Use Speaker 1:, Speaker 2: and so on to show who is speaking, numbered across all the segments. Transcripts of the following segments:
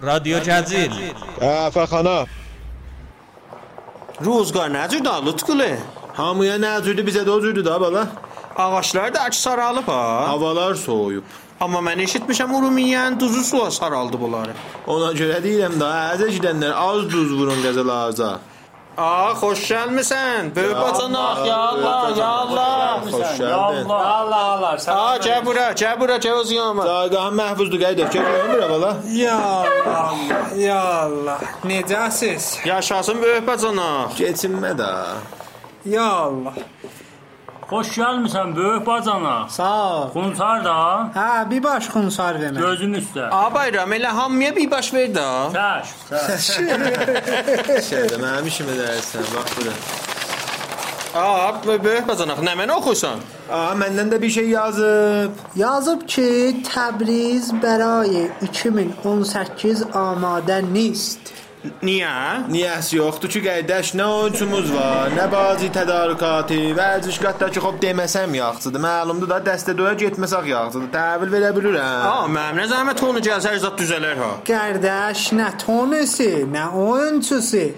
Speaker 1: رادیو جزیل
Speaker 2: Əfəxana.
Speaker 3: Ruzgar nə cürdü Lutqulu?
Speaker 4: Hamıya nə cürdü bizə də o cürdü də bala.
Speaker 3: Ağaclar da aç saralıb ha.
Speaker 4: Havalar soyuyub.
Speaker 3: Amma mən eşitmişəm Urumiyyənin duzu suya saraldı bunları.
Speaker 4: Ona görə deyirəm də əzə gedənlər az duz vurun qəzalarca.
Speaker 3: A, xoş gəlmisən. Böyük bacanaq, ya Allah, ya Allah.
Speaker 4: Xoş gəldin.
Speaker 5: Allah Allah. Sən
Speaker 3: A, gəl bura, gəl bura, gəl öz yanıma.
Speaker 4: Daqahın məhfuzdur qayda. Gəlin bura bala.
Speaker 5: Ya Allah. Ya Allah. Necəsiz?
Speaker 3: Yaşasın böyük bacanaq.
Speaker 4: Keçinmə də.
Speaker 5: Ya Allah.
Speaker 6: Xoş gəlmisən böyük bacana.
Speaker 5: Sağ ol.
Speaker 6: Qunçar da
Speaker 5: Hə, bir baş xunsar ver mənə.
Speaker 6: gözüm üstə.
Speaker 3: A, bayram elə hamıya bir baş ver də.
Speaker 6: Səş, səş.
Speaker 4: Şeydə mənim işimə dəyərsən. Bax bura.
Speaker 3: A, böyük bacanaq, nə mənə oxusan?
Speaker 4: Aha məndən də bir şey yazıb.
Speaker 7: Yazıb ki, Təbriz bərayi 2018 amadə nist.
Speaker 3: Niyə?
Speaker 5: Hə.
Speaker 4: Niyəsi yoxdur ki, qardaş, nə oyunçumuz var, nə bazi tədarükatı, vəzişqatdakı xop deməsəm yaxşıdır. Məlumdur da dəstə doya getməsək yaxşıdır. Təhvil verə bilirəm.
Speaker 3: A, mənim nə zəhmət onu gəlsə hər zat düzələr ha.
Speaker 7: Qardaş, nə tonusi, nə oyunçusi.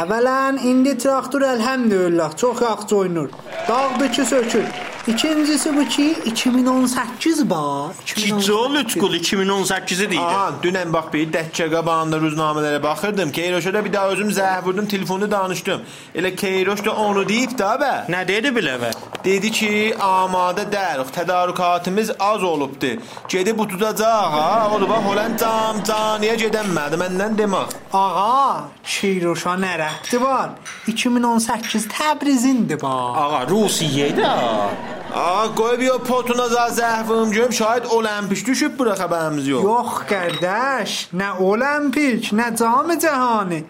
Speaker 7: Əvvələn, indi traktor əlhəmdülillah çox yaxşı oynur. Dağdır ki, sökür. İkincisi bu ki, 2018 ba. 2018.
Speaker 3: Kicol Lütqul 2018-i deyir.
Speaker 4: Aha, dünən bax bir dəccə qabağında ruznamələrə baxırdım. Keyroşa bir daha özüm zəhv vurdum, telefonda danışdım. Elə Keyroş da onu deyib də bə.
Speaker 3: Nə dedi biləvə?
Speaker 4: Dedi ki, amadə dəriq, tədarükatımız az olubdu. Gedib tutacaq ha. Odur bax, olan cam caniyə gedənmədi məndən demək.
Speaker 7: Ağa, Şiruşa nə rəhdi var? 2018 Təbrizindir ba.
Speaker 3: Ağa, Rusiyedə.
Speaker 4: Aha, qoy bir o potuna za zəhvim görüm, şahid olimpiş düşüb bura xəbərimiz yox.
Speaker 7: Yox qardaş, nə olimpik, nə cami cəhani.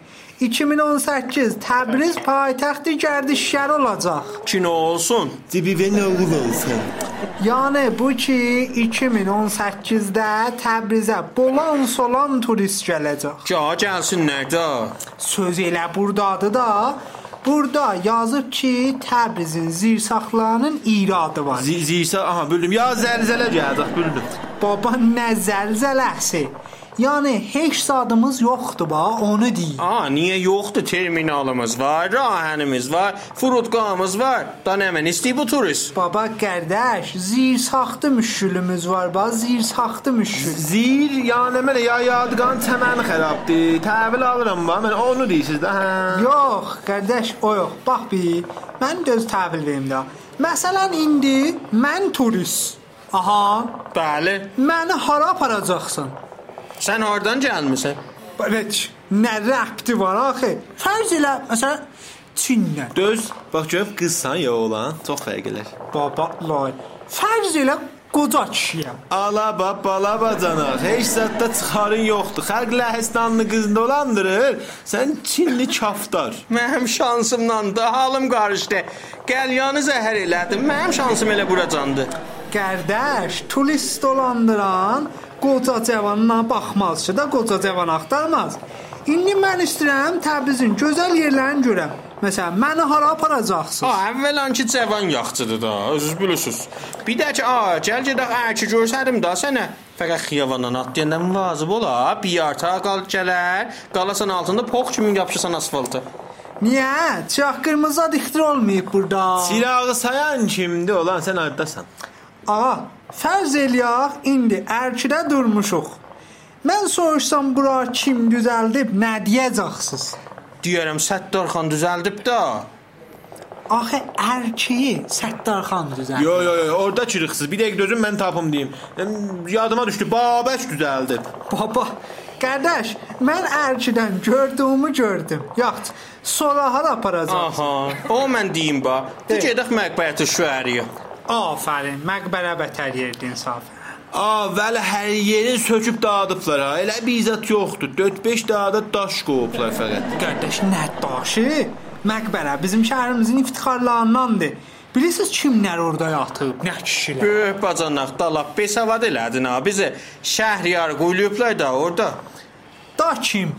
Speaker 7: 2018 Təbriz paytaxtı gərdişlər olacaq.
Speaker 3: Kino olsun.
Speaker 7: Yəni bu ki 2018-də Təbrizə bolan solan turist gələcək.
Speaker 3: Ca gəlsinlər də.
Speaker 7: Söz elə burdadır da. Burada yazıb ki, Təbrizin zirsaxlarının iradı var.
Speaker 4: Zirsə, aha, bildim. Ya zəlzələ gələcək, bildim.
Speaker 7: Baba nə zəlzələsi. Yəni heç zadımız yoxdur ba, onu deyim.
Speaker 3: A, niyə yoxdur? Terminalımız var, rahənimiz var, furutqahımız var. Da nə mən istəyir bu turist?
Speaker 7: Baba qardaş, zirsaxtı müşkülümüz var ba, zirsaxtı müşkül.
Speaker 4: Zir, yəni mənə ya yadqan çəməni xarabdır. Təhvil alıram va, mən onu deyirsiz də, hə.
Speaker 7: Yox, qardaş, o yox. Bax bir, mən göz təhvil verim də. Məsələn indi mən turist. Aha,
Speaker 3: Bəli.
Speaker 7: məni hara aparacaqsan?
Speaker 3: Sən hardan gəlmisən?
Speaker 7: Bəvəç, nə rəbti var axı? Fərz elə, məsələn, Çindən.
Speaker 4: Düz, bax görüm qızsan ya oğlan, çox fərq eləyir.
Speaker 7: Baba, lay. Fərz elə qoca kişiyəm.
Speaker 4: Ala bab, bala bacanaq, heç zətdə çıxarın yoxdur. Xalq Ləhistanlı qızını dolandırır, sən Çinli kaftar.
Speaker 3: Mənim şansımdan da halım qarışdı. Qəlyanı zəhər elədim. Mənim şansım elə buracandı.
Speaker 7: Qardaş, turist dolandıran qoca cavanına baxmazsa da qoca cavan axtarmaz. İndi mən istəyirəm Təbrizin gözəl yerlərini görəm. Məsələn, məni hara aparacaqsınız?
Speaker 3: Ha, əvvəlan ki, cəvan yaxçıdır da, özünüz bilirsiniz. Bir də ki, a, gəl gedək əki görsərim də sənə. Fəqət xiyavandan at deyəndə münasib ola, bir yarta qal gələr, qalasan altında pox kimi yapışasan asfalta.
Speaker 7: Niyə? Çax qırmızı diktir olmayıb burada.
Speaker 4: Silahı sayan kimdir olan, sən addasan.
Speaker 7: Ağa, fərz eləyək indi ərkidə durmuşuq. Mən soruşsam bura kim düzəldib, nə deyəcəksiniz?
Speaker 3: Deyərəm Səttar xan düzəldib də.
Speaker 7: Axı ərkiyi Səttarxan düzəldib.
Speaker 4: Yo yo yo, orada çırıqsız. Bir dəqiqə dözüm mən tapım deyim. Em, Yadıma düşdü, Babək düzəldib.
Speaker 7: Baba, qardaş, mən ərkidən gördüyümü gördüm. Yox, sonra hara aparacaq?
Speaker 3: Aha, o mən deyim ba. De gedək məqbəyətə şüəriyə.
Speaker 7: Afərin, məqbərə bətər yerdin saf.
Speaker 4: A, vəli hər yerin söküb dağıdıblar ha. Elə bir izat yoxdur. 4-5 dağda daş qoyublar fəqət.
Speaker 7: Qardaş, nə daşı? Məqbərə bizim şəhərimizin iftixarlarındandır. Bilirsiniz kimlər orada yatıb, nə kişilər?
Speaker 3: Böyük bacanaq da lap besavad elədin ha bizi. Şəhriyar quyulublar da orada.
Speaker 7: Da kim?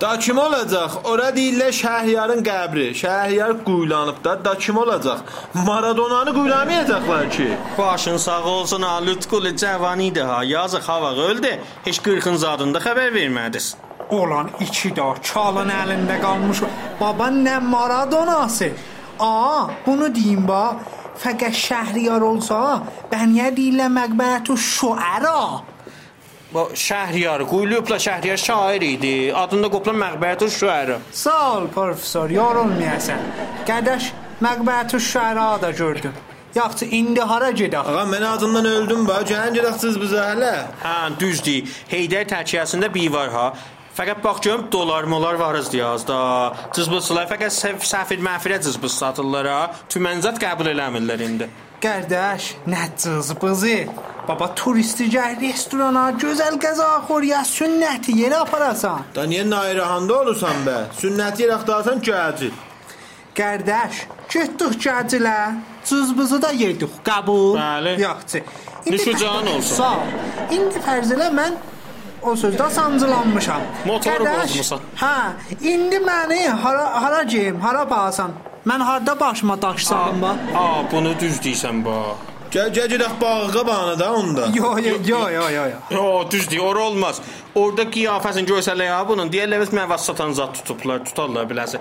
Speaker 4: Da kim olacaq? Ora deyirlər Şəhriyarın qəbri. Şəhriyar quyulanıb da, da kim olacaq? Maradonanı quyulamayacaqlar ki.
Speaker 3: Başın sağ olsun ha, Lütkuli cavan idi ha, yazıq hava öldü. Heç qırxın zadında xəbər vermədiniz.
Speaker 7: Olan iki də çalın əlində qalmış. Baba nə Maradonası. A, bunu deyim ba. Fəqət Şəhriyar olsa, bəniyə deyirlər məqbərətü şuəra.
Speaker 3: Bu Şəhriyar quyulubla Şəhriyar şair idi. Adında qoplan məqbərətü şuəri.
Speaker 7: Sağ ol professor, yorulmayasan. Qardaş, məqbərətü şuəra da gördüm. Yaxşı, indi hara gedək?
Speaker 4: Ağa mən acımdan öldüm bax. Gəlin gedək siz bizə hələ.
Speaker 3: Hə, düzdür. Heydər təkiyəsində bir var ha. Fəqət bax görüm dollar molar varız yazda. Cızbısılar fəqət səf səfir məfirə cızbıs satırlar ha. Tümənzat qəbul eləmirlər indi.
Speaker 7: Qardaş, nə cızbızı. Baba turisti gəl restorana, gözəl qəza xor ya sünnəti yerə aparasan.
Speaker 4: Da niyə nayrahanda olursan bə? Sünnəti yeraqdasan gəcil.
Speaker 7: Qardaş, getdik gəcilə. Cızbızı da yedik, qəbul.
Speaker 3: Bəli.
Speaker 7: Yaxşı.
Speaker 3: Nüşücan olsun.
Speaker 7: Sağ ol. İndi fərz elə mən o sözdə sancılanmışam.
Speaker 3: Motoru
Speaker 7: Qardaş,
Speaker 3: bozmusan.
Speaker 7: Hə, indi məni hara hara geyim, hara bağsan? Mən harda başıma daşsam bax?
Speaker 3: Ha, bunu düz deyirsən bax.
Speaker 4: Gəl gəl gedək bağğa bağına da onda.
Speaker 7: Yo, yo, yo, yo, yo. yo.
Speaker 3: Yo, düz deyir, ora olmaz. Orada qiyafəsini görsələr ya bunun, deyərlər biz məvaz satan zat tutublar, tutarlar biləsən.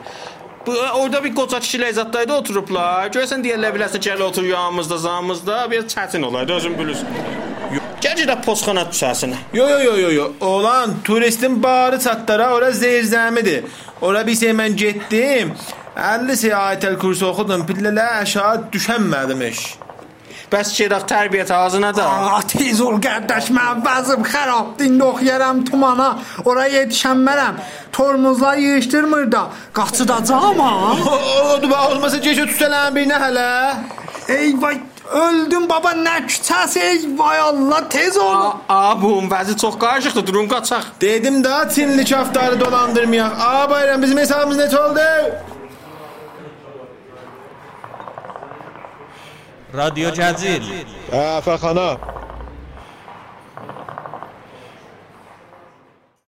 Speaker 3: Bu e, orada bir qoca kişilər zətdayda oturublar. Görsən deyərlər biləsən gəl otur yanımızda, zamımızda, bir çətin olaydı özün bilirsən. Yo, Gəl də posxana düşəsən.
Speaker 4: Yo yo yo yo yo. Olan turistin bağrı çatlara ora zeyrzəmidir. Ora bir şey mən getdim. 50 şey ayətel kursu oxudum. Pillələr aşağı düşənmədim iş.
Speaker 3: Bəs çeraq tərbiyə ağzına da.
Speaker 7: Aa, tez ol qardaş, mən vəzim xarab. İndi oxuyaram tumana, oraya yetişəmmərəm. Tormozlar yığışdırmır da, qaçıdacağam ha.
Speaker 4: Odu bax olmasa keçə tutsalan bir nə hələ?
Speaker 7: Ey vay, öldüm baba nə küçəs, ey vay Allah, tez ol.
Speaker 3: Abum, vəzi çox qarışıqdır, durun qaçaq.
Speaker 4: Dedim da Çinli kaftarı dolandırmayaq. A bayram bizim hesabımız neçə oldu?
Speaker 1: Radyo Cəzil.
Speaker 4: Əfəxana.